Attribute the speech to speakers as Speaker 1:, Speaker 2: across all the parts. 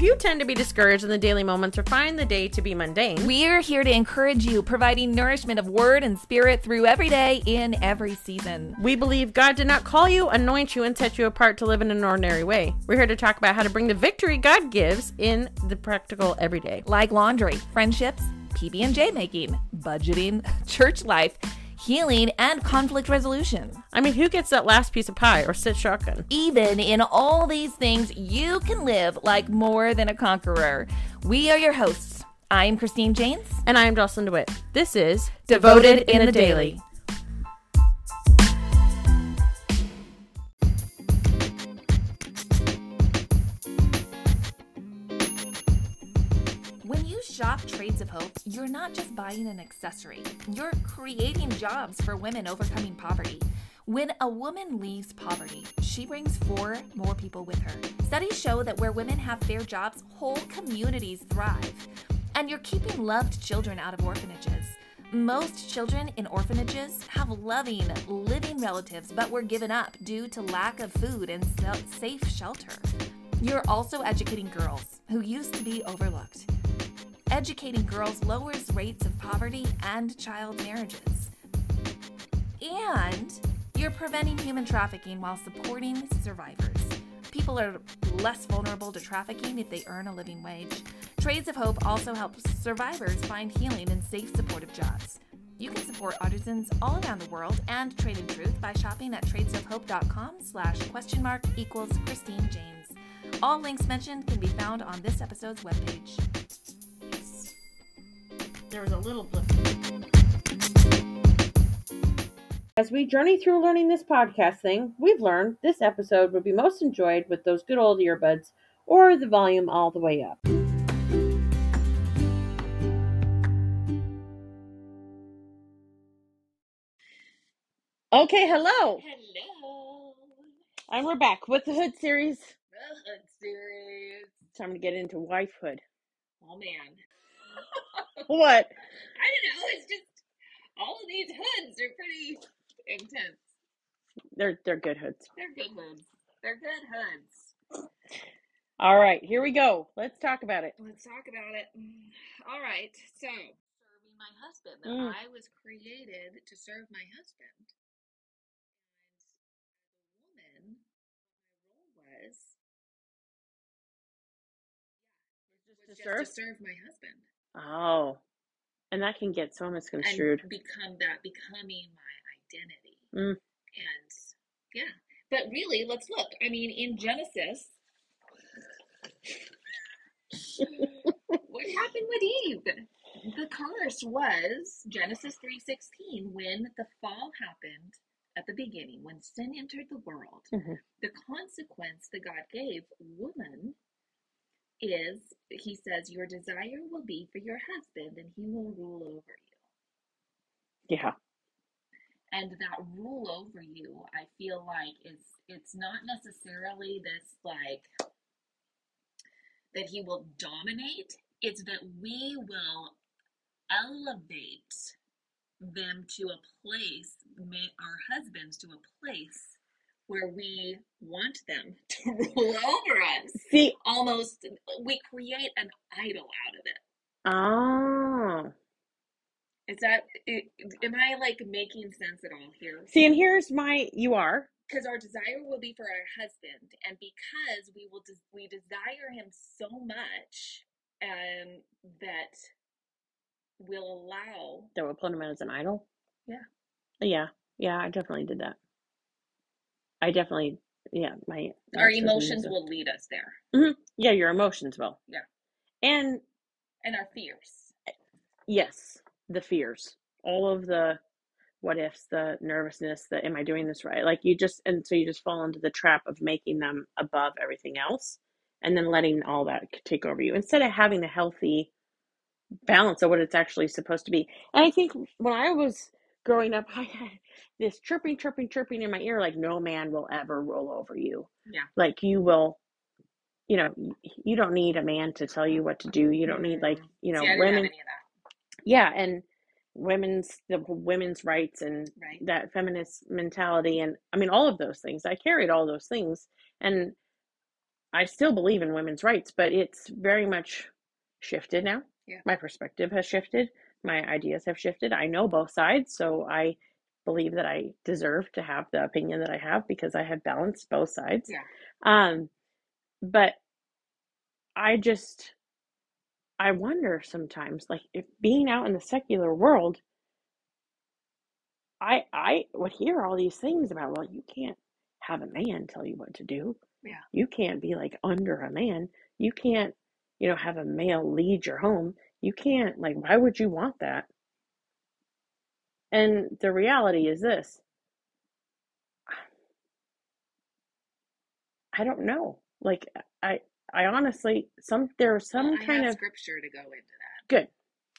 Speaker 1: you tend to be discouraged and the daily moments or find the day to be mundane,
Speaker 2: We're here to encourage you, providing nourishment of word and spirit through every day in every season.
Speaker 1: we believe God did not call you, anoint you, and set you apart to live in an ordinary way. We're here to talk about how to bring the victory God gives in the practical everyday.
Speaker 2: Like laundry, friendships, PB&J making, budgeting, church life, healing, and conflict resolution.
Speaker 1: I mean, who gets that last piece of pie or sits shotgun?
Speaker 2: Even in all these things, you can live like more than a conqueror. We are your hosts. I am Christine Janes.
Speaker 1: And I am Jocelyn DeWitt. This is
Speaker 2: Devoted in the Daily. When you shop Trades of Hope, you're not just buying an accessory, you're creating jobs for women overcoming poverty. When a woman leaves poverty, she brings four more people with her. Studies show that where women have fair jobs, whole communities thrive. And you're keeping loved children out of orphanages. Most children in orphanages have loving, living relatives, but were given up due to lack of food and se- safe shelter. You're also educating girls who used to be overlooked. Educating girls lowers rates of poverty and child marriages. And you're preventing human trafficking while supporting survivors. People are less vulnerable to trafficking if they earn a living wage. Trades of Hope also helps survivors find healing in safe, supportive jobs. You can support artisans all around the world and Trade in Truth by shopping at tradesofhope.com slash question mark equals Christine James. All links mentioned can be found on this episode's webpage.
Speaker 1: There was a little blip. As we journey through learning this podcast thing, we've learned this episode would be most enjoyed with those good old earbuds or the volume all the way up. Okay, hello.
Speaker 3: Hello,
Speaker 1: And we're back with the Hood series.
Speaker 3: Brotherhood series.
Speaker 1: Time to get into wifehood.
Speaker 3: Oh man,
Speaker 1: What?
Speaker 3: I don't know. It's just all of these hoods are pretty intense.
Speaker 1: They're they're good hoods.
Speaker 3: They're good hoods. They're good hoods.
Speaker 1: All right, here we go. Let's talk about it.
Speaker 3: Let's talk about it. Mm. All right. So, serving my husband. That
Speaker 1: Mm.
Speaker 3: I was created to serve my husband. And woman, my role was was
Speaker 1: To
Speaker 3: just to
Speaker 1: serve?
Speaker 3: serve my husband
Speaker 1: Oh, and that can get so misconstrued.
Speaker 3: and become that becoming my identity.
Speaker 1: Mm.
Speaker 3: And yeah, but really, let's look. I mean, in Genesis, what happened with Eve? The curse was Genesis three sixteen when the fall happened at the beginning, when sin entered the world.
Speaker 1: Mhm.
Speaker 3: The consequence that God gave woman is He says, "Your desire will be for your husband, and he will rule over you."
Speaker 1: Yeah.
Speaker 3: and that rule over you i feel like it's it's not necessarily this like that he will dominate it's that we will elevate them to a place ma- our husbands to a place where we want them to rule over us
Speaker 1: See.
Speaker 3: almost we create an idol out of it
Speaker 1: Oh.
Speaker 3: is that i- am i like making sense at all here
Speaker 1: See, and here's my. You are.
Speaker 3: because our desire will be for our husband and because we will des- we desire him so much um that will allow
Speaker 1: That we're putting him as an idol.
Speaker 3: Yeah.
Speaker 1: Yeah. Yeah. I definitely did that. I definitely. Yeah. My.
Speaker 3: our
Speaker 1: that's the thing
Speaker 3: emotions
Speaker 1: is-
Speaker 3: will lead us there
Speaker 1: Yeah, your emotions will.
Speaker 3: Yeah.
Speaker 1: And
Speaker 3: and our fears
Speaker 1: yes, the fears, all of the what ifs, the nervousness, the am I doing this right? Like you just, and so you just fall into the trap of making them above everything else and then letting all that c- take over you instead of having a healthy balance of what it's actually supposed to be. And I think when I was growing up, I had this chirping, chirping, chirping in my ear like, no man will ever rule over you.
Speaker 3: Yeah.
Speaker 1: Like you will. You know, y- you don't need a man to tell you what to do. You don't need like,
Speaker 3: Mhm.
Speaker 1: you know,
Speaker 3: see i didn't
Speaker 1: women
Speaker 3: have any of that
Speaker 1: yeah and women's the women's rights and
Speaker 3: right
Speaker 1: that feminist mentality and i mean all of those things i carried all those things and I still believe in women's rights, but it's very much shifted now.
Speaker 3: Yeah.
Speaker 1: My perspective has shifted. My ideas have shifted. I know both sides, so I believe that I deserve to have the opinion that I have because I have balanced both sides.
Speaker 3: Yeah.
Speaker 1: Um, but I just I wonder sometimes, like if being out in the secular world, I I would hear all these things about, well, you can't have a man tell you what to do.
Speaker 3: Yeah.
Speaker 1: You can't be like under a man. You can't, you know, have a male lead your home. You can't like why would you want that? And the reality is this. I don't know. Like I I honestly some there are some
Speaker 3: I
Speaker 1: kind
Speaker 3: have
Speaker 1: of
Speaker 3: scripture to go into that.
Speaker 1: Good.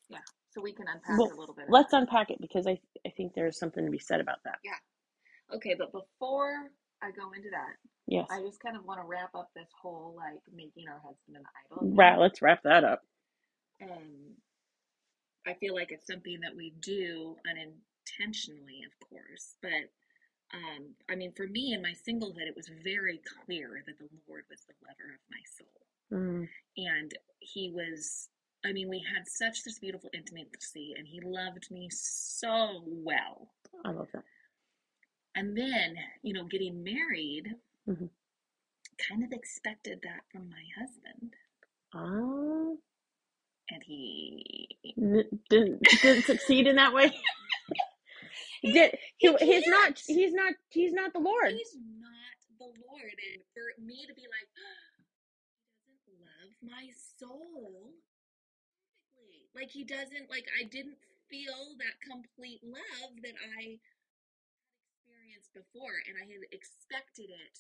Speaker 3: Yeah. So we can unpack
Speaker 1: Well,
Speaker 3: a little bit. of
Speaker 1: let's unpack it because I I think there's something to be said about that.
Speaker 3: that. Okay, but before I go into that,
Speaker 1: Yes.
Speaker 3: I just kind of want to wrap up this whole like making our husband an idol. thing.
Speaker 1: Right, let's wrap that up.
Speaker 3: um, I feel like it's something that we do unintentionally, of course. But um, I mean, for me in my singlehood, it was very clear that the Lord was the lover of my soul.
Speaker 1: Mm,
Speaker 3: And He was, I mean, we had such this beautiful intimacy, and He loved me so well.
Speaker 1: I love that.
Speaker 3: And then, you know, getting married
Speaker 1: Mhm.
Speaker 3: kind of expected that from my husband. Ah,
Speaker 1: Oh,
Speaker 3: And he
Speaker 1: n- didn't didn't succeed in that way. Did he,
Speaker 3: he
Speaker 1: he's not
Speaker 3: can't.
Speaker 1: he's not he's not the Lord.
Speaker 3: He's not the Lord. And for me to be like, doesn't love my soul. perfectly." Like he doesn't like I didn't feel that complete love that I experienced before and I had expected it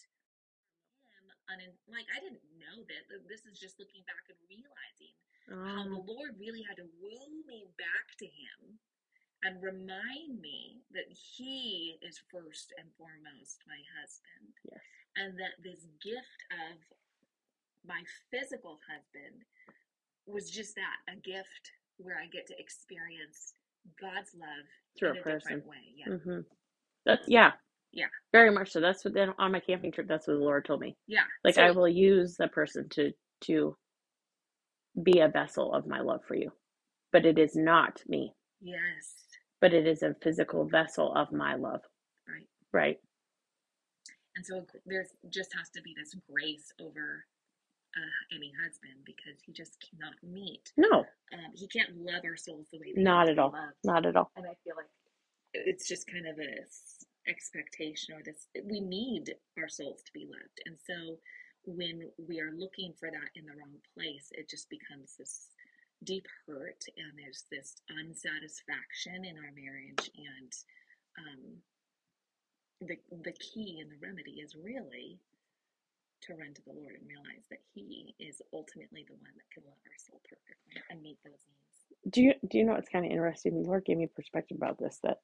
Speaker 3: from him unin- like I didn't know that this is just looking back and realizing how Um, the
Speaker 1: Oh,
Speaker 3: Lord really had to woo me back to Him and remind me that He is first and foremost my husband,
Speaker 1: yes.
Speaker 3: and that this gift of my physical husband was just that a gift where I get to experience God's love
Speaker 1: Through
Speaker 3: in
Speaker 1: a
Speaker 3: a
Speaker 1: person.
Speaker 3: different way. Yeah.
Speaker 1: Mm-hmm. That's yeah.
Speaker 3: Yeah.
Speaker 1: Very much so. That's what then on my camping trip. That's what the Lord told me.
Speaker 3: Yeah.
Speaker 1: Like
Speaker 3: so,
Speaker 1: I will use the person to to be a vessel of my love for you, but it is not me.
Speaker 3: yes.
Speaker 1: But it is a physical vessel of my love.
Speaker 3: Right.
Speaker 1: Right.
Speaker 3: And so gr- there's just has to be this grace over uh, any husband because he just cannot meet.
Speaker 1: No,
Speaker 3: Um, he can't love our souls the way they
Speaker 1: not
Speaker 3: need
Speaker 1: at
Speaker 3: to be
Speaker 1: all.
Speaker 3: loved.
Speaker 1: Not at all.
Speaker 3: And I feel like it's just kind of this expectation or this we need our souls to be loved. And so when we are looking for that in the wrong place, it just becomes this deep hurt and there's this unsatisfaction in our marriage and um, the the key and the remedy is really to run to the Lord and realize that He is ultimately the one that can love our soul perfectly and meet those needs.
Speaker 1: Do you do you know what's kind of interesting? The Lord gave me perspective about this that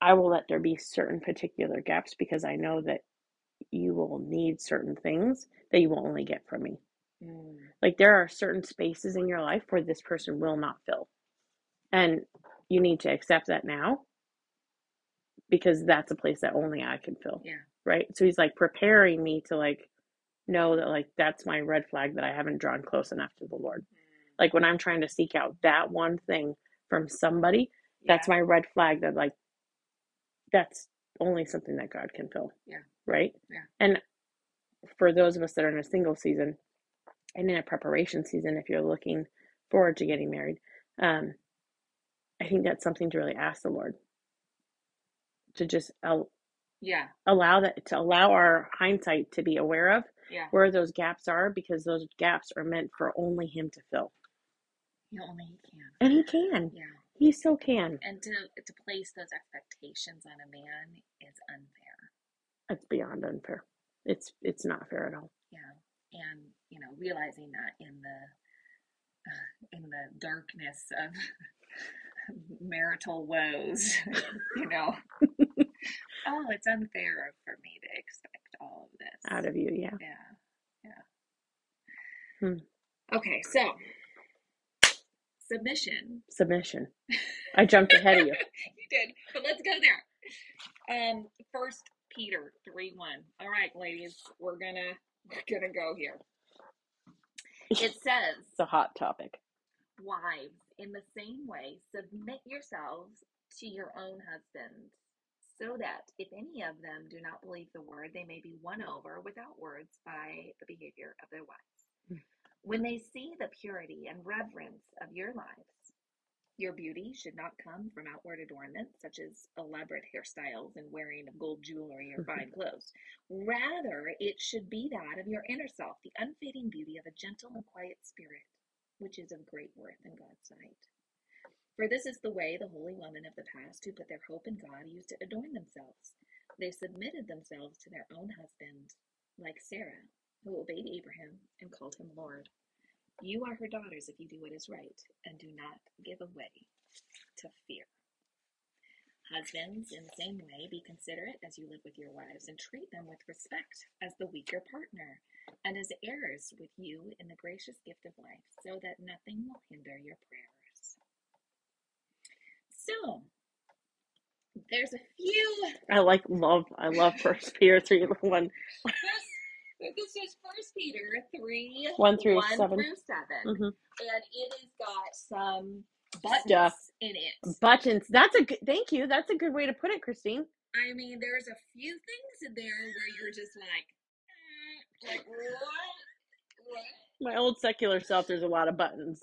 Speaker 1: I will let there be certain particular gaps because I know that you will need certain things that you will only get from me. Like there are certain spaces in your life where this person will not fill. And you need to accept that now because that's a place that only I can fill.
Speaker 3: Yeah.
Speaker 1: Right? So he's like preparing me to like know that like that's my red flag that I haven't drawn close enough to the Lord. Like when I'm trying to seek out that one thing from somebody, that's my red flag that like that's only something that God can fill.
Speaker 3: Yeah.
Speaker 1: Right?
Speaker 3: Yeah.
Speaker 1: And for those of us that are in a single season and in a preparation season, if you're looking forward to getting married, um, I think that's something to really ask the Lord to just al-
Speaker 3: Yeah.
Speaker 1: allow that to allow our hindsight to be aware of
Speaker 3: Yeah.
Speaker 1: where those gaps are because those gaps are meant for only Him to fill,
Speaker 3: You only He can.
Speaker 1: and He can.
Speaker 3: Yeah.
Speaker 1: He so can.
Speaker 3: And to to place those expectations on a man is unfair.
Speaker 1: It's beyond unfair. It's it's not fair at all.
Speaker 3: Yeah. And you know, realizing that in the uh, in the darkness of marital woes, you know. oh, it's unfair for me to expect all of this.
Speaker 1: Out of you, yeah.
Speaker 3: Yeah. Yeah.
Speaker 1: Hmm.
Speaker 3: Okay, so submission.
Speaker 1: Submission. I jumped ahead of you.
Speaker 3: You did, but let's go there. Um, First Peter three one. All right, ladies, we're gonna We're going to go here. It says,
Speaker 1: It's a hot topic.
Speaker 3: Wives, in the same way, submit yourselves to your own husbands, so that if any of them do not believe the word, they may be won over without words by the behavior of their wives. When they see the purity and reverence of your lives, your beauty should not come from outward adornment, such as elaborate hairstyles and wearing of gold jewelry or fine clothes. Rather, it should be that of your inner self, the unfading beauty of a gentle and quiet spirit which is of great worth in God's sight. For this is the way the holy women of the past who put their hope in God used to adorn themselves. They submitted themselves to their own husband, like Sarah, who obeyed Abraham and called him Lord. You are her daughters if you do what is right, and do not give away to fear. Husbands, in the same way, be considerate as you live with your wives and treat them with respect as the weaker partner and as heirs with you in the gracious gift of life, so that nothing will hinder your prayers. So, there's a few.
Speaker 1: I like love. I love First Peter three one
Speaker 3: First, this is First Peter three
Speaker 1: one through seven.
Speaker 3: through seven,
Speaker 1: Mhm.
Speaker 3: and it has got some buttons
Speaker 1: Stuff. Mm.
Speaker 3: in it.
Speaker 1: Buttons. That's a good. Thank you. That's a good way to put it, Christine.
Speaker 3: I mean, there's a few things in there where you're just like, "Mm," like what, what?
Speaker 1: My old secular self. There's a lot of buttons.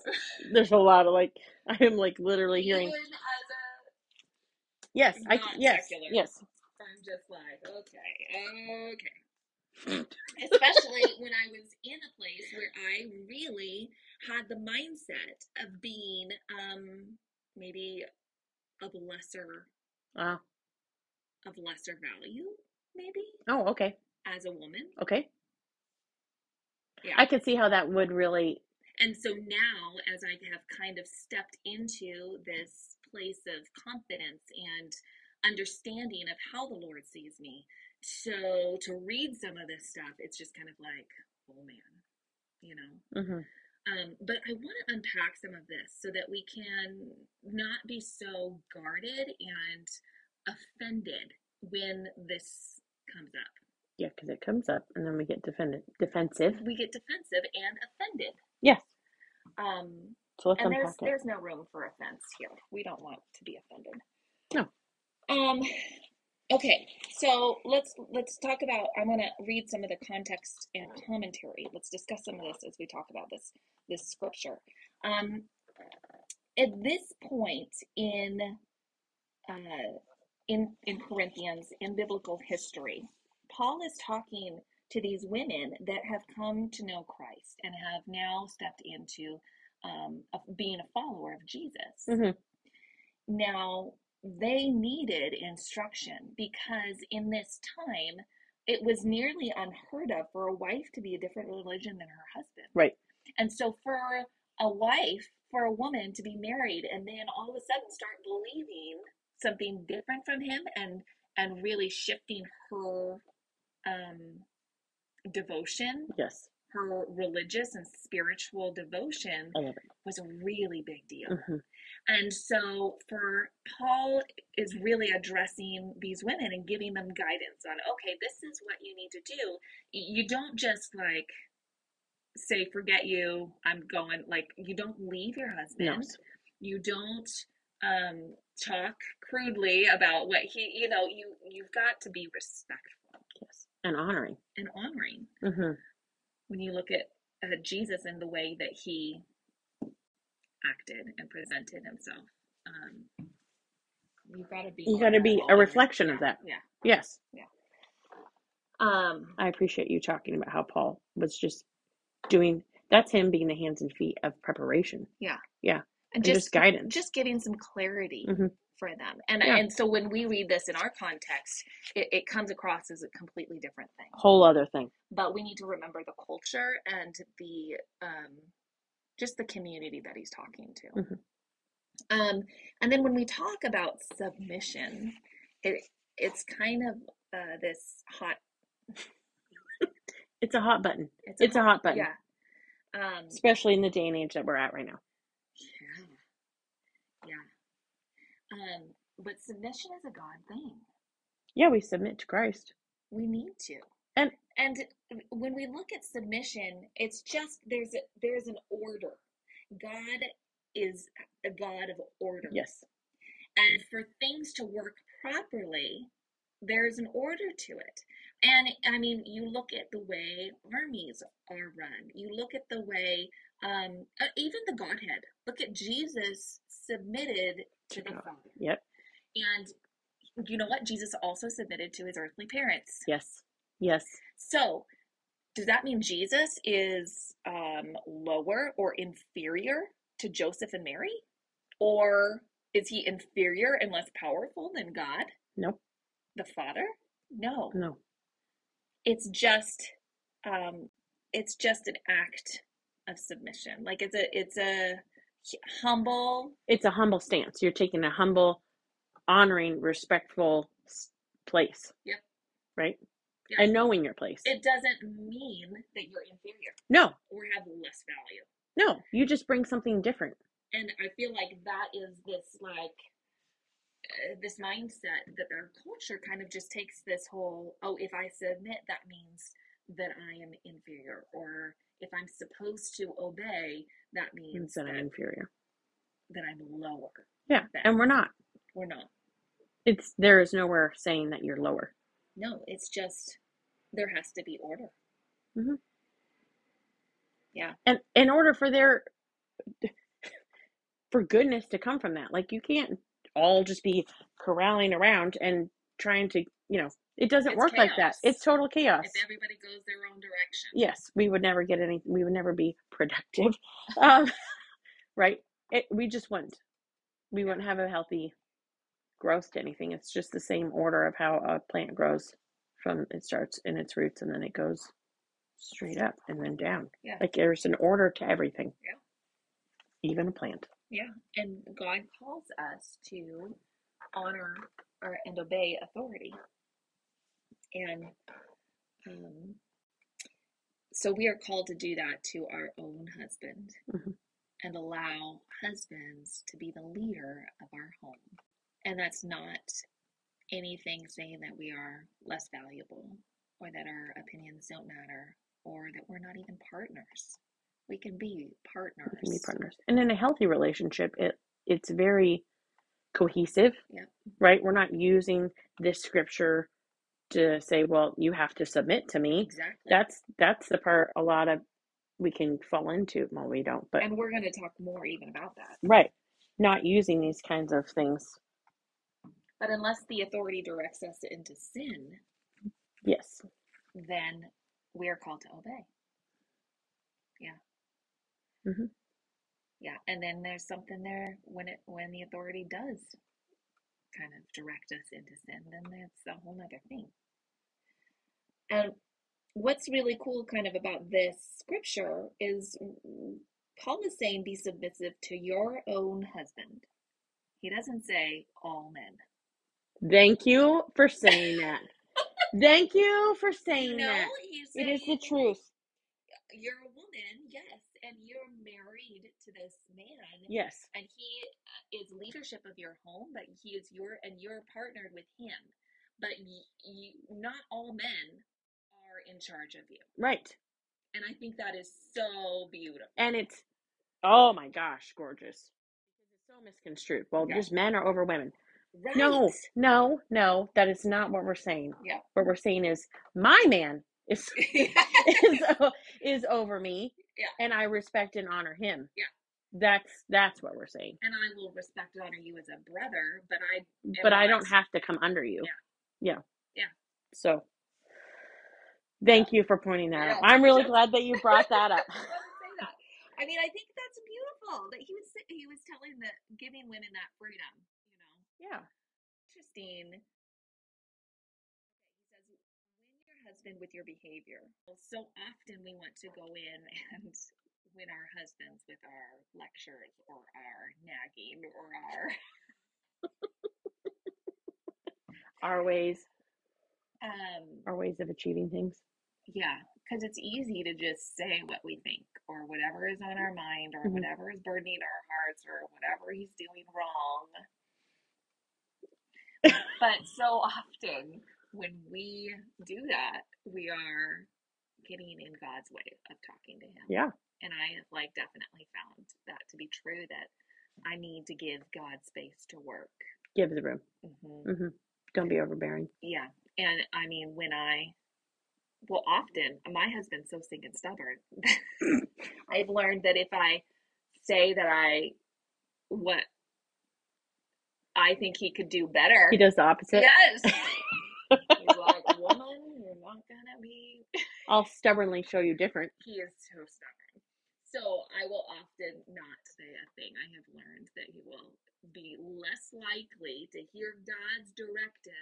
Speaker 1: There's a lot of like. I am like literally hearing.
Speaker 3: Even as a
Speaker 1: Yes. I. c-
Speaker 3: Not
Speaker 1: Yes.
Speaker 3: secular.
Speaker 1: Yes.
Speaker 3: I'm just like, okay, okay. Especially when I was in a place where I really had the mindset of being um maybe of lesser
Speaker 1: Ah.
Speaker 3: of lesser value, maybe
Speaker 1: Oh. Okay.
Speaker 3: as a woman.
Speaker 1: Okay.
Speaker 3: Yeah.
Speaker 1: I could see how that would really.
Speaker 3: And so now, as I have kind of stepped into this place of confidence and understanding of how the Lord sees me, so to read some of this stuff, it's just kind of like, oh man, you know.
Speaker 1: hmm
Speaker 3: Um, but I want to unpack some of this so that we can not be so guarded and offended when this comes up.
Speaker 1: Yeah, because it comes up, and then we get defended, defensive.
Speaker 3: We get defensive and offended.
Speaker 1: Yes.
Speaker 3: Um,
Speaker 1: So let's
Speaker 3: and there's
Speaker 1: unpack it.
Speaker 3: there's no room for offense here. We don't want to be offended.
Speaker 1: No.
Speaker 3: Um, okay, so let's let's talk about. I want to read some of the context and commentary. Let's discuss some of this as we talk about this this scripture. Um, at this point in uh, in in Corinthians in biblical history, Paul is talking to these women that have come to know Christ and have now stepped into um, of being a follower of Jesus.
Speaker 1: hmm
Speaker 3: Now, they needed instruction because in this time, it was nearly unheard of for a wife to be a different religion than her husband.
Speaker 1: Right.
Speaker 3: And so, for a wife, for a woman to be married and then all of a sudden start believing something different from him and and really shifting her um, devotion,
Speaker 1: Yes.
Speaker 3: her religious and spiritual devotion
Speaker 1: I love it.
Speaker 3: was a really big deal.
Speaker 1: hmm
Speaker 3: And so for Paul is really addressing these women and giving them guidance on okay, this is what you need to do. You don't just like say forget you, I'm going like you don't leave your
Speaker 1: No.
Speaker 3: husband. You don't um talk crudely about what he you know, you you've got to be respectful
Speaker 1: Yes. And honoring.
Speaker 3: and honoring
Speaker 1: hmm
Speaker 3: when you look at uh, Jesus and the way that he acted and presented himself. Um you've got to be
Speaker 1: You got to be a
Speaker 3: honorable.
Speaker 1: reflection of that.
Speaker 3: Yeah.
Speaker 1: Yes.
Speaker 3: Um,
Speaker 1: I appreciate you talking about how Paul was just doing that's him being the hands and feet of preparation
Speaker 3: and
Speaker 1: and
Speaker 3: just,
Speaker 1: just, guidance.
Speaker 3: just giving some clarity
Speaker 1: Mhm.
Speaker 3: for them. And
Speaker 1: Yeah.
Speaker 3: and so when we read this in our context, it, it comes across as a completely different thing.
Speaker 1: Whole other thing.
Speaker 3: But we need to remember the culture and the um, just the community that he's talking to.
Speaker 1: Mhm.
Speaker 3: Um, and then when we talk about submission, it it's kind of uh, this hot.
Speaker 1: It's a hot button,
Speaker 3: It's
Speaker 1: It's a hot button.
Speaker 3: Yeah. Um,
Speaker 1: especially in the day and age that we're at right now.
Speaker 3: yeah. Yeah. Um, but submission is a God thing.
Speaker 1: Yeah, we submit to Christ.
Speaker 3: We need to.
Speaker 1: And
Speaker 3: And when we look at submission, it's just there's a, there's an order. God is a God of order.
Speaker 1: yes,
Speaker 3: And for things to work properly, there's an order to it. And I mean, you look at the way armies are run, you look at the way, um, uh, even the Godhead, look at Jesus submitted to the
Speaker 1: God.
Speaker 3: Father.
Speaker 1: yep,
Speaker 3: And you know what? Jesus also submitted to his earthly parents.
Speaker 1: yes, yes.
Speaker 3: So, does that mean Jesus is um, lower or inferior to Joseph and Mary? Or is he inferior and less powerful than God,
Speaker 1: Nope,
Speaker 3: the Father? No,
Speaker 1: no,
Speaker 3: it's just um, it's just an act of submission. Like it's a it's a hu- humble
Speaker 1: it's a humble stance. You're taking a humble, honoring, respectful s- place.
Speaker 3: Yep.
Speaker 1: Right?
Speaker 3: Yep.
Speaker 1: And knowing your place.
Speaker 3: it doesn't mean that you're inferior
Speaker 1: no,
Speaker 3: or have less value.
Speaker 1: no. You just bring something different.
Speaker 3: and I feel like that is this like uh, this mindset that our culture kind of just takes this whole oh if I submit that means that I am inferior or if I'm supposed to obey that means
Speaker 1: Instead
Speaker 3: that,
Speaker 1: of inferior.
Speaker 3: that I'm lower.
Speaker 1: Yeah.
Speaker 3: than-
Speaker 1: And we're not.
Speaker 3: We're not.
Speaker 1: It's there is nowhere saying that you're lower.
Speaker 3: No, it's just there has to be order.
Speaker 1: Mhm.
Speaker 3: Yeah.
Speaker 1: And in order for there for goodness to come from that. Like you can't all just be corralling around and trying to, you know, it doesn't
Speaker 3: It's
Speaker 1: work like that.
Speaker 3: chaos.
Speaker 1: It's total chaos.
Speaker 3: If everybody goes their own direction.
Speaker 1: yes, we would never get any, we would never be productive. Um, right? It, we just wouldn't. We wouldn't have a healthy growth to anything. It's just the same order of how a plant grows from it starts in its roots and then it goes straight up and then down.
Speaker 3: Yeah.
Speaker 1: Like there's an order to everything.
Speaker 3: Yeah.
Speaker 1: Even a plant.
Speaker 3: Yeah, and God calls us to honor or, and obey authority. And um, so we are called to do that to our own husband
Speaker 1: Mhm.
Speaker 3: and allow husbands to be the leader of our home. And that's not anything saying that we are less valuable or that our opinions don't matter or that we're not even partners. We can be partners.
Speaker 1: We can be partners. And in a healthy relationship, it it's very cohesive.
Speaker 3: Yeah.
Speaker 1: Right? We're not using this scripture to say, well, you have to submit to me.
Speaker 3: Exactly.
Speaker 1: That's that's the part a lot of we can fall into. Well, we don't, but
Speaker 3: and we're going to talk more even about that.
Speaker 1: right. Not using these kinds of things.
Speaker 3: But unless the authority directs us into sin,
Speaker 1: Yes.
Speaker 3: then we are called to obey. Yeah.
Speaker 1: Mhm.
Speaker 3: Yeah, and then there's something there when it when the authority does kind of direct us into sin, then that's a whole nother thing. And what's really cool kind of about this scripture is mm, Paul is saying be submissive to your own husband. He doesn't say all men.
Speaker 1: Thank you for saying that. Thank you for saying
Speaker 3: No,
Speaker 1: that.
Speaker 3: he's
Speaker 1: It
Speaker 3: saying
Speaker 1: is the truth.
Speaker 3: you're a woman, yes, and you're married to this man,
Speaker 1: Yes.
Speaker 3: and he uh, is leadership of your home, but he is your and you're partnered with him. But y you, not all men are in charge of you,
Speaker 1: Right.
Speaker 3: and I think that is so beautiful.
Speaker 1: and it's oh my gosh, gorgeous. It's so misconstrued. Well,
Speaker 3: Yeah.
Speaker 1: just men are over women.
Speaker 3: Right?
Speaker 1: No, no, no. That is not what we're saying.
Speaker 3: Yeah.
Speaker 1: What we're saying is my man is is o- is over me,
Speaker 3: Yeah.
Speaker 1: and I respect and honor him.
Speaker 3: Yeah.
Speaker 1: That's that's what we're saying.
Speaker 3: and I will respect and honor you as a brother, but I am
Speaker 1: But I don't
Speaker 3: not-
Speaker 1: have to come under you. Yeah.
Speaker 3: Yeah.
Speaker 1: So. Thank you for pointing that out.
Speaker 3: Yeah.
Speaker 1: I'm really glad that you brought that up.
Speaker 3: I would say that. I mean, I think that's beautiful that he was he was telling that giving women that freedom, you know.
Speaker 1: Yeah.
Speaker 3: interesting. He says, win your husband with your behavior. So often we want to go in and win our husbands with our lectures or our nagging or our.
Speaker 1: Our ways,
Speaker 3: Um,
Speaker 1: our ways of achieving things.
Speaker 3: yeah, because it's easy to just say what we think or whatever is on our mind or
Speaker 1: Mhm.
Speaker 3: whatever is burdening our hearts or whatever he's doing wrong. but so often when we do that, we are getting in God's way of talking to Him.
Speaker 1: Yeah.
Speaker 3: And I have like definitely found that to be true that I need to give God space to work.
Speaker 1: Give the room.
Speaker 3: hmm
Speaker 1: hmm Don't be overbearing.
Speaker 3: Yeah. And I mean, when I, well, often my husband's so stinking stubborn. I've learned that if I say that I, what I think he could do better,
Speaker 1: He does the opposite.
Speaker 3: yes. He's like, woman, you're not gonna be.
Speaker 1: I'll stubbornly show you different.
Speaker 3: He is so stubborn. So I will often not say a thing. I have learned that he will be less likely to hear God's directive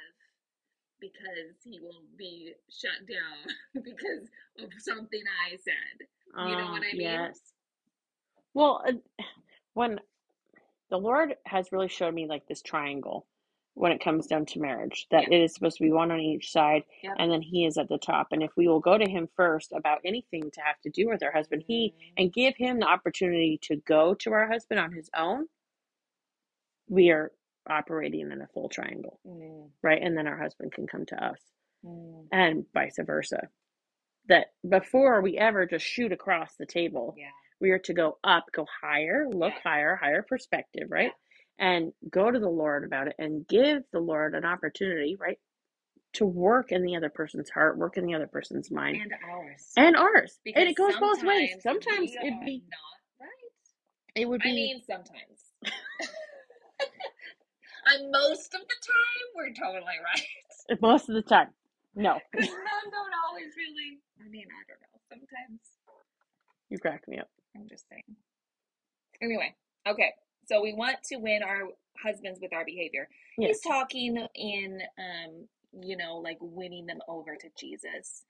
Speaker 3: because he will be shut down because of something I said. You know what
Speaker 1: Ah,
Speaker 3: I mean?
Speaker 1: Yes. Well, uh, when the Lord has really showed me like this triangle when it comes down to marriage, that it is supposed to be one on each side,
Speaker 3: Yep.
Speaker 1: and then He is at the top. And if we will go to Him first about anything to have to do with our husband, He
Speaker 3: Mm-hmm.
Speaker 1: and give Him the opportunity to go to our husband on His own, we are operating in a full triangle,
Speaker 3: Mm,
Speaker 1: right? And then our husband can come to us.
Speaker 3: mm,
Speaker 1: and vice versa. That before we ever just shoot across the table,
Speaker 3: yeah.
Speaker 1: we are to go up, go higher, look
Speaker 3: Yeah.
Speaker 1: higher, higher perspective, right? And go to the Lord about it and give the Lord an opportunity, right? To work in the other person's heart, work in the other person's mind,
Speaker 3: And ours.
Speaker 1: and ours. and
Speaker 3: Because
Speaker 1: it goes both ways.
Speaker 3: sometimes
Speaker 1: Sometimes
Speaker 3: we
Speaker 1: it'd
Speaker 3: are
Speaker 1: be,
Speaker 3: not right.
Speaker 1: it would be,
Speaker 3: I mean, sometimes. and most of the time, we're totally right.
Speaker 1: most of the time. No,
Speaker 3: Because men don't always really. I mean, I don't know. Sometimes.
Speaker 1: you cracked me up.
Speaker 3: I'm just saying. Anyway, okay. So we want to win our husbands with our behavior.
Speaker 1: Yes.
Speaker 3: He's talking in, um, you know, like winning them over to Jesus.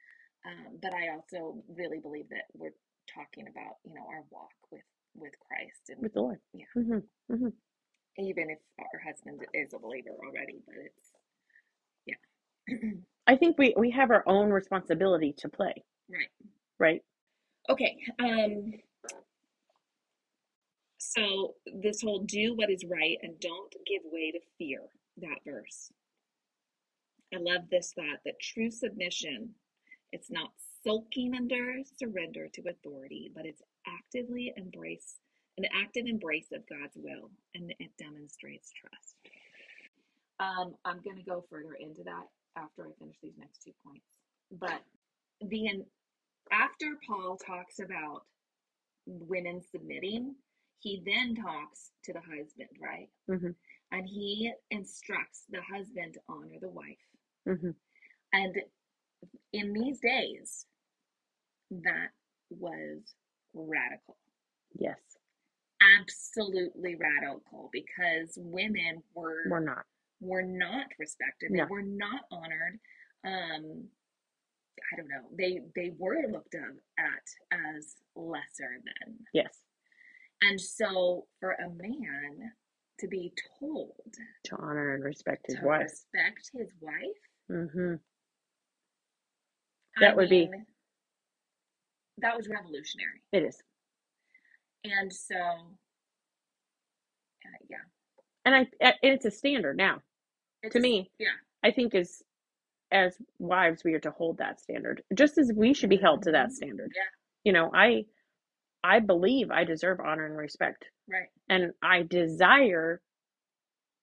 Speaker 3: Um, but I also really believe that we're talking about, you know, our walk with with Christ and
Speaker 1: With the Lord.
Speaker 3: Yeah.
Speaker 1: hmm hmm
Speaker 3: even if our husband is a believer already, but it's
Speaker 1: I think we, we have our own responsibility to play,
Speaker 3: right.
Speaker 1: right?
Speaker 3: Okay. Um so this whole do what is right and don't give way to fear, that verse. I love this thought that true submission, it's not sulking under surrender to authority, but it's actively embrace an active embrace of God's will and it demonstrates trust. Um, I'm going to go further into that after I finish these next two points. But the in, after Paul talks about women submitting, he then talks to the husband, right?
Speaker 1: Mhm.
Speaker 3: And he instructs the husband to honor the wife.
Speaker 1: hmm
Speaker 3: And in these days, that was radical,
Speaker 1: Yes.
Speaker 3: absolutely radical, because women were
Speaker 1: We're not.
Speaker 3: were not respected.
Speaker 1: No.
Speaker 3: They were not honored. Um, I don't know. They they were looked up at as lesser than.
Speaker 1: Yes.
Speaker 3: And so for a man to be told
Speaker 1: to honor and respect his
Speaker 3: to
Speaker 1: wife.
Speaker 3: respect his wife,
Speaker 1: hmm
Speaker 3: I
Speaker 1: That would be-
Speaker 3: mean, that was revolutionary.
Speaker 1: It is,
Speaker 3: And so, uh, yeah,
Speaker 1: and I and it's a standard now
Speaker 3: It's
Speaker 1: to
Speaker 3: a-
Speaker 1: me.
Speaker 3: yeah,
Speaker 1: I think as as wives, we are to hold that standard, just as we should be held to that
Speaker 3: Mhm.
Speaker 1: standard.
Speaker 3: Yeah.
Speaker 1: You know, I I believe I deserve honor and respect,
Speaker 3: right,
Speaker 1: and I desire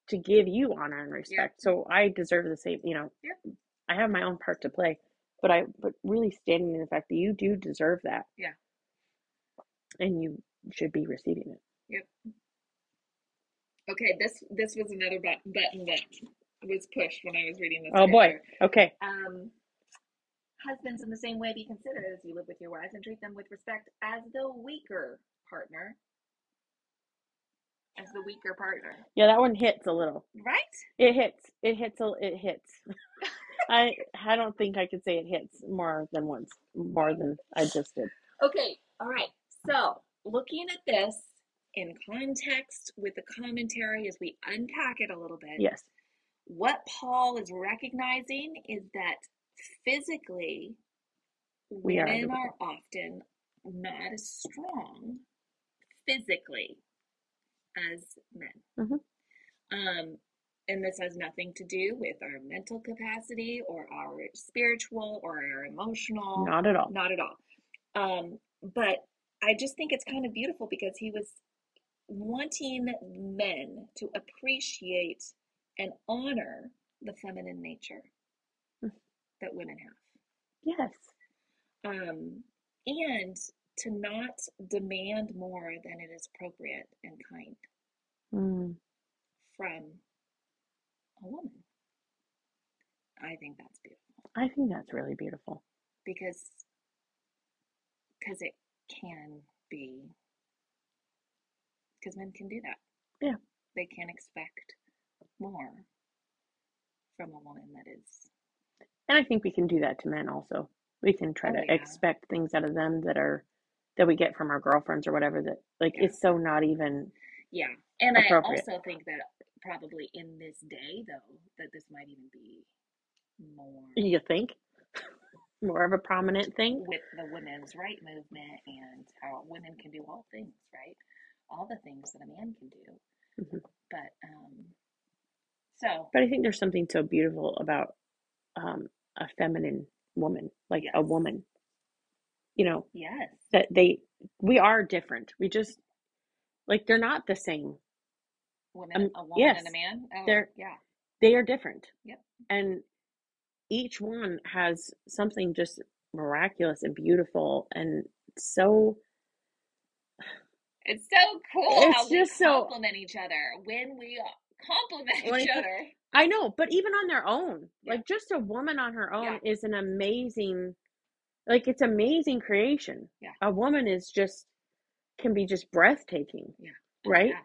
Speaker 1: to give you honor and respect. So I deserve the same. You know,
Speaker 3: Yeah.
Speaker 1: I have my own part to play, but I but really standing in the fact that you do deserve that.
Speaker 3: Yeah.
Speaker 1: And you should be receiving it.
Speaker 3: yep. Okay, this this was another bu- button that was pushed when I was reading this.
Speaker 1: Oh boy.
Speaker 3: scripture.
Speaker 1: Okay.
Speaker 3: Um, husbands, in the same way, be considerate as you live with your wives and treat them with respect as the weaker partner, as the weaker partner,
Speaker 1: Yeah, that one hits a little.
Speaker 3: right?
Speaker 1: It hits. It hits. A, it hits. I I don't think I could say it hits more than once, more than I just did.
Speaker 3: Okay, all right. So, looking at this in context with the commentary as we unpack it a little bit,
Speaker 1: Yes.
Speaker 3: what Paul is recognizing is that physically
Speaker 1: We are
Speaker 3: women
Speaker 1: the-
Speaker 3: are often not as strong physically as men.
Speaker 1: Mhm.
Speaker 3: Um, And this has nothing to do with our mental capacity or our spiritual or our emotional.
Speaker 1: Not at all.
Speaker 3: Not at all. Um, but I just think it's kind of beautiful because he was wanting men to appreciate and honor the feminine nature
Speaker 1: Hmm.
Speaker 3: that women have.
Speaker 1: Yes.
Speaker 3: Um, and to not demand more than it is appropriate and kind
Speaker 1: Mm.
Speaker 3: from a woman. I think that's beautiful
Speaker 1: I think that's really beautiful.
Speaker 3: because because it can be because men can do that.
Speaker 1: Yeah.
Speaker 3: They can expect more from a woman that is
Speaker 1: And I think we can do that to men also. We can try
Speaker 3: Oh,
Speaker 1: to
Speaker 3: yeah.
Speaker 1: expect things out of them that are that we get from our girlfriends or whatever that like
Speaker 3: Yeah.
Speaker 1: it's so not even
Speaker 3: Yeah, and I
Speaker 1: appropriate.
Speaker 3: also think that probably in this day, though, that this might even be more
Speaker 1: you think more of a prominent thing.
Speaker 3: with the women's right movement and how women can do all things, right? All the things that a man can do.
Speaker 1: Mhm.
Speaker 3: But um, so
Speaker 1: But I think there's something so beautiful about um a feminine woman, like a
Speaker 3: Yes.
Speaker 1: woman. You know,
Speaker 3: yes,
Speaker 1: that they we are different. We just like they're not the same.
Speaker 3: women,
Speaker 1: Um,
Speaker 3: a woman and a
Speaker 1: yes,
Speaker 3: man. Oh,
Speaker 1: they're-
Speaker 3: yeah,
Speaker 1: They are different.
Speaker 3: Yep.
Speaker 1: And each one has something just miraculous and beautiful and so
Speaker 3: it's so cool
Speaker 1: It's
Speaker 3: how we
Speaker 1: just so-
Speaker 3: compliment each other when we compliment
Speaker 1: When
Speaker 3: each
Speaker 1: it-
Speaker 3: other.
Speaker 1: I know, but even on their own,
Speaker 3: Yeah.
Speaker 1: like just a woman on her own is an amazing like it's amazing creation.
Speaker 3: Yeah.
Speaker 1: A woman is just can be just breathtaking.
Speaker 3: Yeah.
Speaker 1: Right?
Speaker 3: Yeah,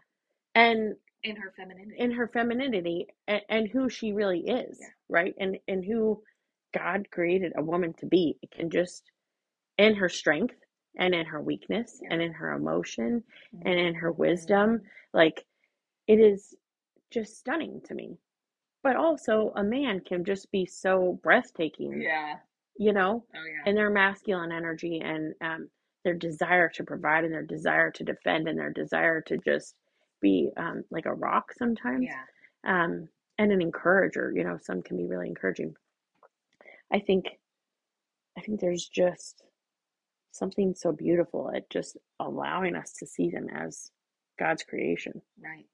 Speaker 1: And
Speaker 3: in her femininity.
Speaker 1: in her femininity and, and who she really is,
Speaker 3: Yeah.
Speaker 1: right? And and who God created a woman to be. It can just in her strength and in her weakness
Speaker 3: Yeah.
Speaker 1: and in her emotion and in her
Speaker 3: Mhm.
Speaker 1: wisdom. Like it is just stunning to me. But also a man can just be so breathtaking,
Speaker 3: Yeah.
Speaker 1: you know,
Speaker 3: Oh yeah.
Speaker 1: and their masculine energy and um, their desire to provide and their desire to defend and their desire to just be um, like a rock sometimes
Speaker 3: yeah.
Speaker 1: um, and an encourager. You know, some can be really encouraging. I think, I think there's just something so beautiful at just allowing us to see them as God's creation.
Speaker 3: Right.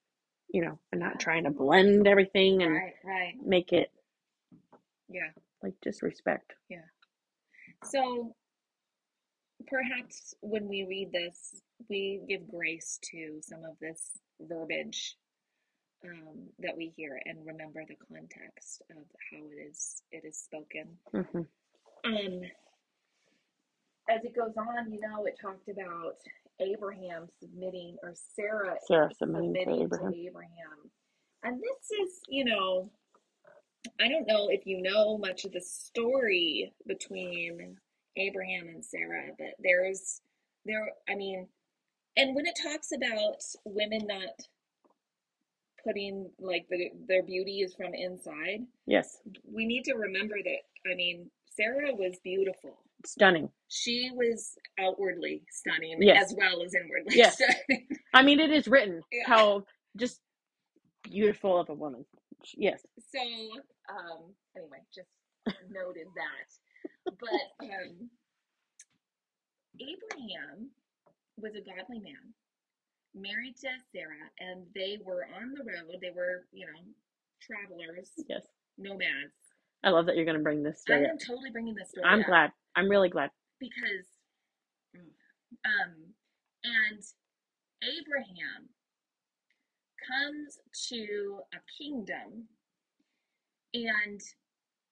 Speaker 1: You know, and not trying to blend everything and
Speaker 3: Right. Right.
Speaker 1: make it
Speaker 3: Yeah.
Speaker 1: like just respect.
Speaker 3: So perhaps when we read this, we give grace to some of this verbiage um, that we hear and remember the context of how it is it is spoken.
Speaker 1: hmm
Speaker 3: Um, as it goes on, you know, it talked about Abraham submitting or Sarah
Speaker 1: Sarah submitting to
Speaker 3: submitting
Speaker 1: Abraham.
Speaker 3: to Abraham. And this is, you know, I don't know if you know much of the story between Abraham and Sarah, but there's there I mean, and when it talks about women not putting like the, their beauty is from inside,
Speaker 1: Yes,
Speaker 3: we need to remember that I mean, Sarah was beautiful.
Speaker 1: stunning.
Speaker 3: She was outwardly stunning
Speaker 1: Yes.
Speaker 3: as well as inwardly
Speaker 1: Yes.
Speaker 3: stunning.
Speaker 1: I mean, it is written
Speaker 3: Yeah.
Speaker 1: how just beautiful of a woman. Yes,
Speaker 3: So, um, anyway, just noted that. But um, Abraham was a godly man, married to Sarah, and they were on the road. They were, you know, travelers,
Speaker 1: yes.
Speaker 3: nomads.
Speaker 1: I love that you're going to bring this
Speaker 3: I
Speaker 1: story up.
Speaker 3: am totally bringing this story
Speaker 1: I'm
Speaker 3: up
Speaker 1: glad. I'm really glad.
Speaker 3: because, um, and Abraham comes to a kingdom and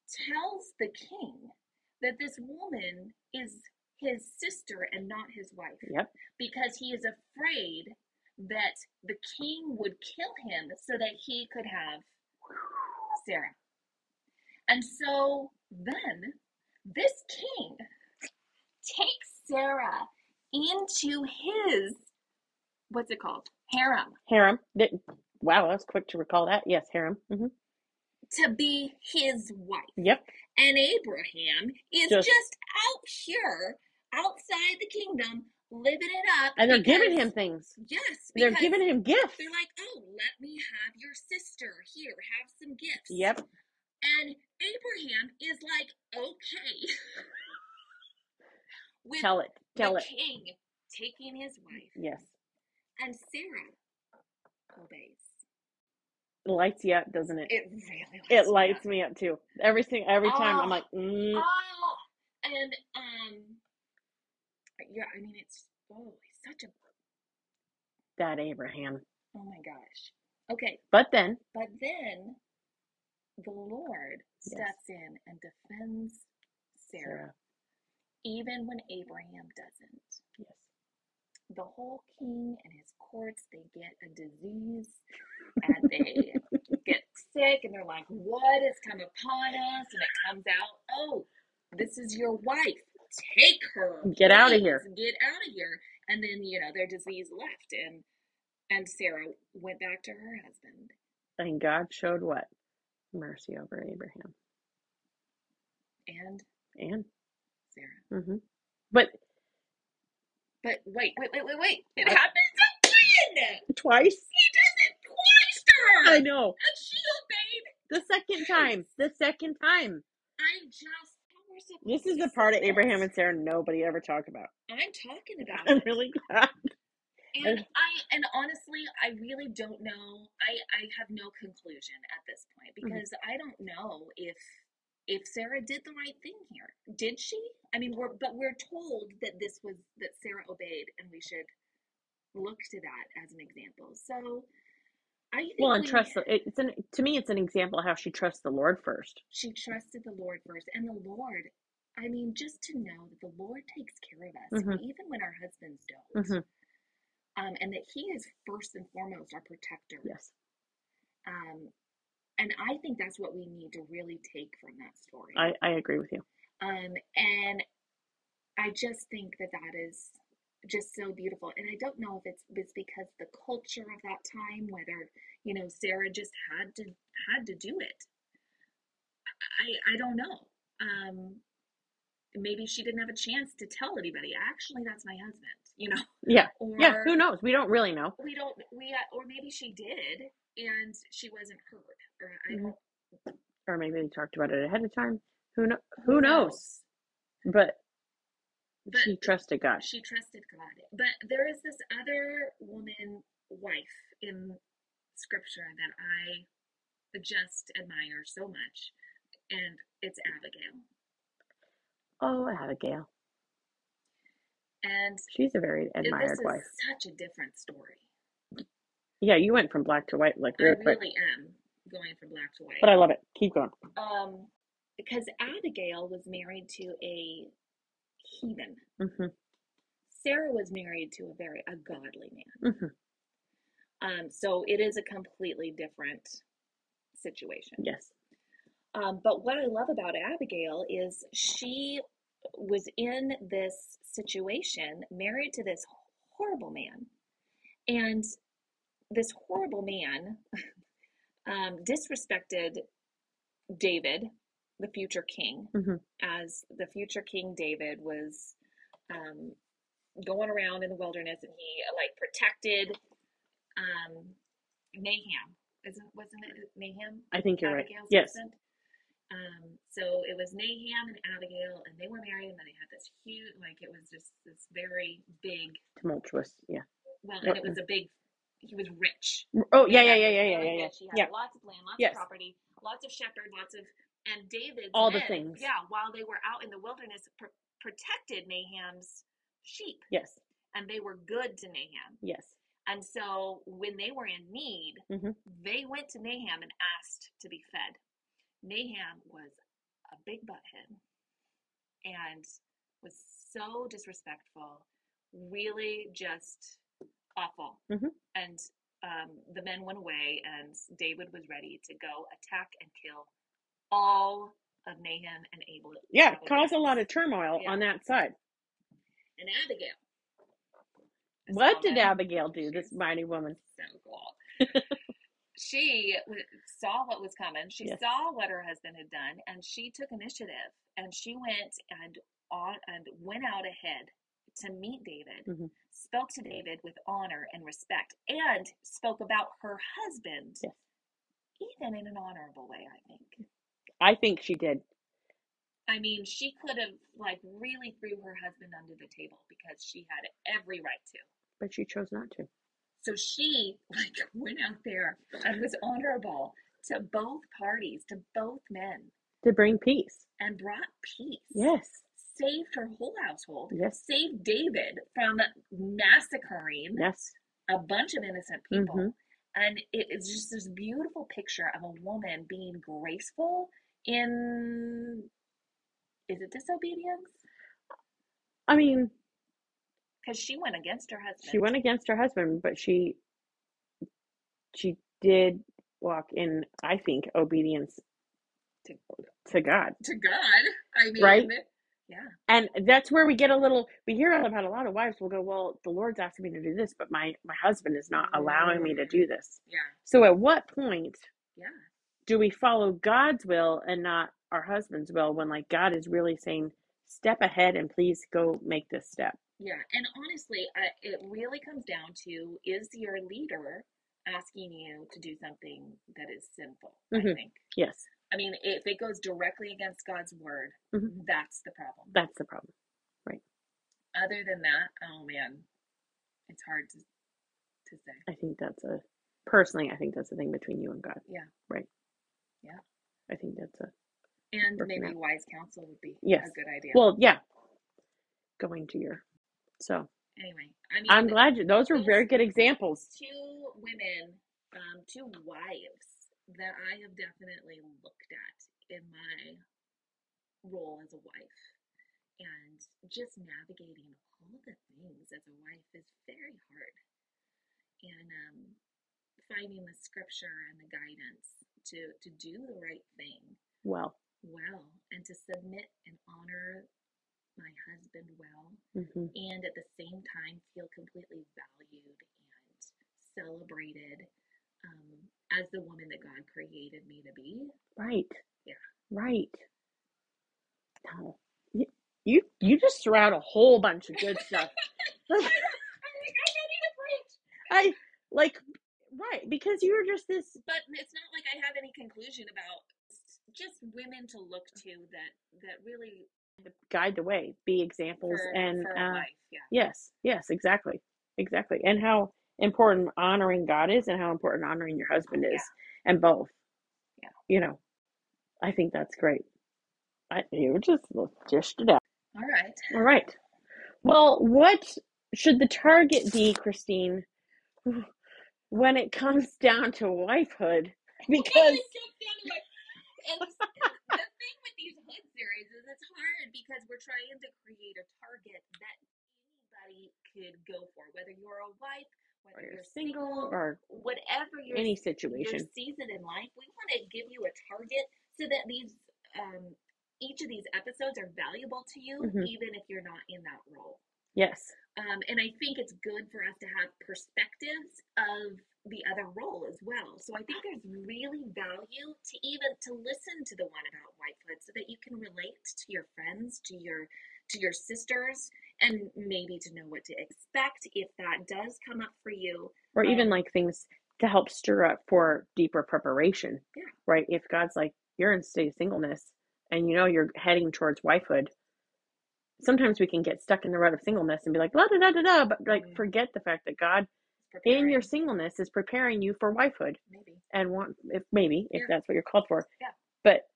Speaker 3: tells the king that this woman is his sister and not his wife
Speaker 1: Yep.
Speaker 3: because he is afraid that the king would kill him so that he could have Sarah. And so then this king takes Sarah into his what's it called? harem.
Speaker 1: Harem. Th- Wow, I was quick to recall that. Yes, harem. hmm
Speaker 3: to be his wife.
Speaker 1: Yep.
Speaker 3: And Abraham is
Speaker 1: Just-
Speaker 3: just, out here outside the kingdom living it up.
Speaker 1: And they're giving
Speaker 3: because-
Speaker 1: him things.
Speaker 3: Yes.
Speaker 1: They're
Speaker 3: because
Speaker 1: giving him gifts.
Speaker 3: They're like, oh, let me have your sister. Here, have some gifts.
Speaker 1: Yep.
Speaker 3: And Abraham is like, okay. With
Speaker 1: Tell it. Tell
Speaker 3: the
Speaker 1: it.
Speaker 3: king taking his wife,
Speaker 1: Yes.
Speaker 3: and Sarah obeys.
Speaker 1: It lights you up, doesn't it?
Speaker 3: It really
Speaker 1: It
Speaker 3: me up.
Speaker 1: lights me up too. Every sing, every time
Speaker 3: Oh.
Speaker 1: I'm like, mm,
Speaker 3: Oh, and um, yeah. I mean, it's oh, he's such a
Speaker 1: that Abraham.
Speaker 3: oh my gosh. Okay,
Speaker 1: But then,
Speaker 3: but then the Lord
Speaker 1: Yes.
Speaker 3: steps in and defends Sarah,
Speaker 1: Sarah.
Speaker 3: even when Abraham doesn't.
Speaker 1: Yes.
Speaker 3: the whole king and his courts they get a disease and they get sick and they're like what has come upon us and it comes out oh this is your wife take her
Speaker 1: Get outta
Speaker 3: please,
Speaker 1: here."
Speaker 3: get out of here and then you know their disease left and and sarah went back to her husband
Speaker 1: And God showed what? Mercy over Abraham.
Speaker 3: and
Speaker 1: And,
Speaker 3: sarah
Speaker 1: hmm but
Speaker 3: but wait wait wait wait wait it
Speaker 1: I-
Speaker 3: happens again
Speaker 1: twice?
Speaker 3: he does it twice to her
Speaker 1: I know.
Speaker 3: and she obeyed
Speaker 1: The second time. The second time.
Speaker 3: i just we're supposed
Speaker 1: This is
Speaker 3: to
Speaker 1: the part of
Speaker 3: sit.
Speaker 1: Abraham and Sarah nobody ever talked about.
Speaker 3: I'm talking about
Speaker 1: I'm
Speaker 3: it.
Speaker 1: really glad.
Speaker 3: And
Speaker 1: and-
Speaker 3: I and honestly, I really don't know. I I have no conclusion at this point
Speaker 1: Mm-hmm.
Speaker 3: because I don't know if if Sarah did the right thing here. Did she? I mean, we're but we're told that this was that Sarah obeyed and we should look to that as an example. So I think
Speaker 1: Well, and
Speaker 3: we-
Speaker 1: trust. The, it's an to me, it's an example of how she trusts the Lord first.
Speaker 3: she trusted the Lord first. And the Lord, I mean, just to know that the Lord takes care of us,
Speaker 1: Mhm.
Speaker 3: even when our husbands don't.
Speaker 1: Mhm.
Speaker 3: Um, and that He is first and foremost our protector.
Speaker 1: Yes.
Speaker 3: Um, and I think that's what we need to really take from that story.
Speaker 1: I, I agree with you.
Speaker 3: um, and I just think that that is just so beautiful. And I don't know if it's, it's because the culture of that time, whether you know Sarah just had to had to do it. I I don't know. Um, maybe she didn't have a chance to tell anybody. Actually, that's my husband. You know,
Speaker 1: Yeah.
Speaker 3: or
Speaker 1: Yeah. Who knows? We don't really know.
Speaker 3: we don't we uh, or maybe she did and she wasn't heard. Or I
Speaker 1: Mhm.
Speaker 3: don't.
Speaker 1: Or maybe they talked about it ahead of time. Who know? Who
Speaker 3: Mm-hmm.
Speaker 1: knows? But,
Speaker 3: But-
Speaker 1: she trusted God.
Speaker 3: She trusted God. But there is this other woman wife in scripture that I just admire so much, and it's Abigail.
Speaker 1: Oh, Abigail.
Speaker 3: And
Speaker 1: She's a very
Speaker 3: this
Speaker 1: admired
Speaker 3: is
Speaker 1: wife.
Speaker 3: such a different story.
Speaker 1: Yeah, you went from black to white like real
Speaker 3: I
Speaker 1: quick,
Speaker 3: really am going from black to white.
Speaker 1: but I love it. Keep going.
Speaker 3: um, because Abigail was married to a heathen.
Speaker 1: hmm
Speaker 3: Sarah was married to a very a godly man.
Speaker 1: hmm
Speaker 3: Um, so it is a completely different situation.
Speaker 1: Yes.
Speaker 3: Um, but what I love about Abigail is she was in this situation, married to this horrible man, and this horrible man um, disrespected David, the future king,
Speaker 1: Mhm.
Speaker 3: as the future king David was um, going around in the wilderness, and he uh, like protected um, Naham. Isn't wasn't it Naham?
Speaker 1: I think you're right.
Speaker 3: Abigail's
Speaker 1: Yes.
Speaker 3: husband. Um, so it was Naham and Abigail, and they were married, and then they had this huge, like it was just this very big.
Speaker 1: Tumultuous. Yeah.
Speaker 3: Well, and it was a big. He was rich.
Speaker 1: Oh yeah yeah yeah yeah yeah
Speaker 3: Really
Speaker 1: yeah yeah.
Speaker 3: rich. He had
Speaker 1: Yeah.
Speaker 3: lots of land, lots
Speaker 1: Yes.
Speaker 3: of property, lots of shepherd, lots of and David.
Speaker 1: All the things.
Speaker 3: Yeah, while they were out in the wilderness, pr- protected Naham's sheep,
Speaker 1: Yes.
Speaker 3: and they were good to Naham.
Speaker 1: Yes.
Speaker 3: And so when they were in need,
Speaker 1: Mhm.
Speaker 3: they went to Naham and asked to be fed. Naham was a big butthead and was so disrespectful, really just awful.
Speaker 1: Mhm.
Speaker 3: And um, the men went away, and David was ready to go attack and kill all of Naham and Abel.
Speaker 1: Yeah. Caused a lot of turmoil
Speaker 3: Yeah.
Speaker 1: on that side.
Speaker 3: And Abigail. this
Speaker 1: What did
Speaker 3: woman-
Speaker 1: Abigail do? This
Speaker 3: She's-
Speaker 1: mighty woman.
Speaker 3: so cool. she w- saw what was coming. She
Speaker 1: Yes.
Speaker 3: saw what her husband had done, and she took initiative. And she went and on and went out ahead to meet David,
Speaker 1: Mhm.
Speaker 3: spoke to David with honor and respect, and spoke about her husband,
Speaker 1: Yes.
Speaker 3: even in an honorable way, I think.
Speaker 1: I think she did.
Speaker 3: I mean, she could have, like, really threw her husband under the table because she had every right to.
Speaker 1: But she chose not to.
Speaker 3: So she like went out there and was honorable to both parties, to both men,
Speaker 1: To bring peace.
Speaker 3: and brought peace.
Speaker 1: Yes.
Speaker 3: Saved her whole household.
Speaker 1: Yes.
Speaker 3: Saved David from massacring
Speaker 1: Yes.
Speaker 3: a bunch of innocent people.
Speaker 1: Mhm.
Speaker 3: And it is just this beautiful picture of a woman being graceful in is it disobedience?
Speaker 1: I mean,
Speaker 3: Because she went against her husband.
Speaker 1: she went against her husband, but she she did walk in, I think, obedience to,
Speaker 3: To-
Speaker 1: to God.
Speaker 3: to God. I mean,
Speaker 1: Right.
Speaker 3: yeah.
Speaker 1: And that's where we get a little we hear about a lot of wives will go, Well, the Lord's asking me to do this, but my, my husband is not allowing me to do this.
Speaker 3: Yeah.
Speaker 1: So at what point
Speaker 3: Yeah.
Speaker 1: do we follow God's will and not our husband's will when like God is really saying step ahead and please go make this step?
Speaker 3: Yeah, and honestly, I, it really comes down to is your leader asking you to do something that is sinful, I
Speaker 1: Mhm.
Speaker 3: think.
Speaker 1: Yes,
Speaker 3: I mean, if it goes directly against God's word,
Speaker 1: Mhm.
Speaker 3: that's the problem.
Speaker 1: that's the problem.
Speaker 3: Other than that, oh man, it's hard to to say.
Speaker 1: I think that's a personally I think that's the thing between you and God.
Speaker 3: Yeah.
Speaker 1: Right.
Speaker 3: Yeah.
Speaker 1: I think that's a
Speaker 3: And
Speaker 1: Working
Speaker 3: maybe
Speaker 1: out.
Speaker 3: wise counsel would be
Speaker 1: Yes.
Speaker 3: a good idea.
Speaker 1: well, yeah. Going to your so
Speaker 3: anyway, I mean,
Speaker 1: I'm glad you those are
Speaker 3: those-
Speaker 1: very good examples.
Speaker 3: two women, um, two wives that I have definitely looked at in my role as a wife. And just navigating all the things as a wife is very hard. And um, finding the scripture and the guidance to, to do the right thing
Speaker 1: Well.
Speaker 3: well and to submit and honor my husband well
Speaker 1: hmm
Speaker 3: and at the same time feel completely valued and celebrated um, as the woman that God created me to be.
Speaker 1: Right.
Speaker 3: Yeah.
Speaker 1: Right. No. You, you you just threw out a whole bunch of good stuff.
Speaker 3: I'm like, I'm ready to preach.
Speaker 1: I like right because you were just this
Speaker 3: But it's not like I have any conclusion about just women to look to that that really
Speaker 1: guide the way, be examples,
Speaker 3: for,
Speaker 1: and
Speaker 3: for
Speaker 1: uh,
Speaker 3: life. Yeah,
Speaker 1: yes, yes, exactly, exactly, and how important honoring God is, and how important honoring your husband
Speaker 3: Yeah.
Speaker 1: is, and both.
Speaker 3: Yeah.
Speaker 1: you know, I think that's great. I you just dished it out.
Speaker 3: all right.
Speaker 1: All right. Well, what should the target be, Christine, when it comes down to wifehood? Because
Speaker 3: and the thing with these hood series is it's hard because we're trying to create a target that anybody could go for, whether you're a wife,
Speaker 1: or
Speaker 3: whether
Speaker 1: you're
Speaker 3: you're
Speaker 1: single or
Speaker 3: whatever your your
Speaker 1: any situation.
Speaker 3: season in life, we want to give you a target so that these um, each of these episodes are valuable to you,
Speaker 1: Mhm.
Speaker 3: even if you're not in that role.
Speaker 1: Yes.
Speaker 3: Um, and I think it's good for us to have perspectives of the other role as well. So I think there's really value to even to listen to the one about wifehood so that you can relate to your friends, to your to your sisters, and maybe to know what to expect if that does come up for you.
Speaker 1: or even
Speaker 3: Um,
Speaker 1: like things to help stir up for deeper preparation
Speaker 3: Yeah.
Speaker 1: right if god's like you're in state of singleness and you know you're heading towards wifehood sometimes we can get stuck in the rut of singleness and be like la da da da da but like
Speaker 3: Mhm.
Speaker 1: forget the fact that god in your
Speaker 3: preparing,
Speaker 1: singleness is preparing you for wifehood
Speaker 3: maybe.
Speaker 1: and want if maybe if
Speaker 3: Yeah.
Speaker 1: that's what you're called for
Speaker 3: Yeah.
Speaker 1: but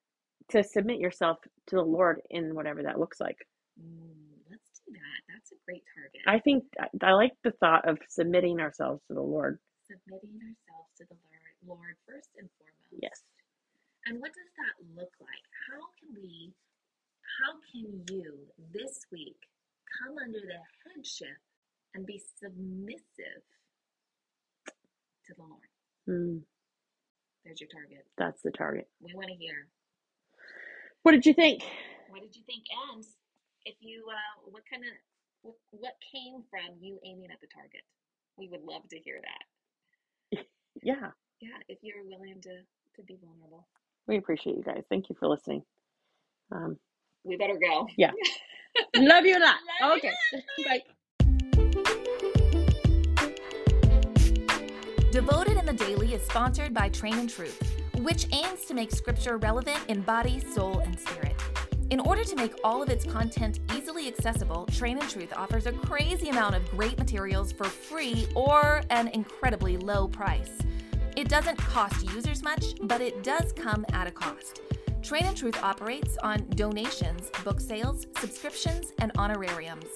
Speaker 1: to submit yourself to the lord in whatever that looks like
Speaker 3: Mm, let's do that. That's a great target.
Speaker 1: i think I, I like the thought of submitting ourselves to the lord
Speaker 3: Submitting ourselves to the Lord, Lord first and foremost.
Speaker 1: yes
Speaker 3: And what does that look like? How can we, how can you this week come under the headship and be submissive to the Lord?
Speaker 1: Mm,
Speaker 3: There's your target.
Speaker 1: that's the target
Speaker 3: We want to hear.
Speaker 1: What did you think?
Speaker 3: What did you think? And if you, uh, what kind of, what, what came from you aiming at the target? We would love to hear that.
Speaker 1: Yeah,
Speaker 3: Yeah, if you're willing to, to be vulnerable.
Speaker 1: we appreciate you guys. Thank you for listening. Um,
Speaker 3: We better go.
Speaker 1: Love you a lot.
Speaker 3: Love you
Speaker 1: okay. Bye.
Speaker 2: Devoted in the Daily is sponsored by Train and Truth, which aims to make scripture relevant in body, soul, and spirit. In order to make all of its content easily accessible, Train and Truth offers a crazy amount of great materials for free or an incredibly low price. It doesn't cost users much, but it does come at a cost. Train and Truth operates on donations, book sales, subscriptions, and honorariums.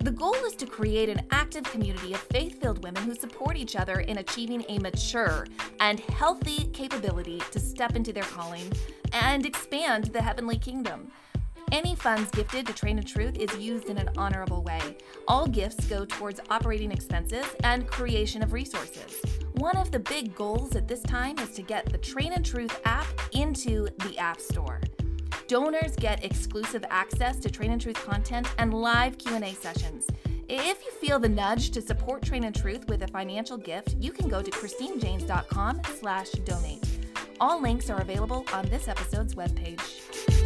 Speaker 2: The goal is to create an active community of faith filled women who support each other in achieving a mature and healthy capability to step into their calling and expand the heavenly kingdom. Any funds gifted to Train of Truth is used in an honorable way. All gifts go towards operating expenses and creation of resources. One of the big goals at this time is to get the Train and Truth app into the App Store. Donors get exclusive access to Train and Truth content and live Q&A sessions. If you feel the nudge to support Train and Truth with a financial gift, you can go to christinejanes.com slash donate. All links are available on this episode's webpage.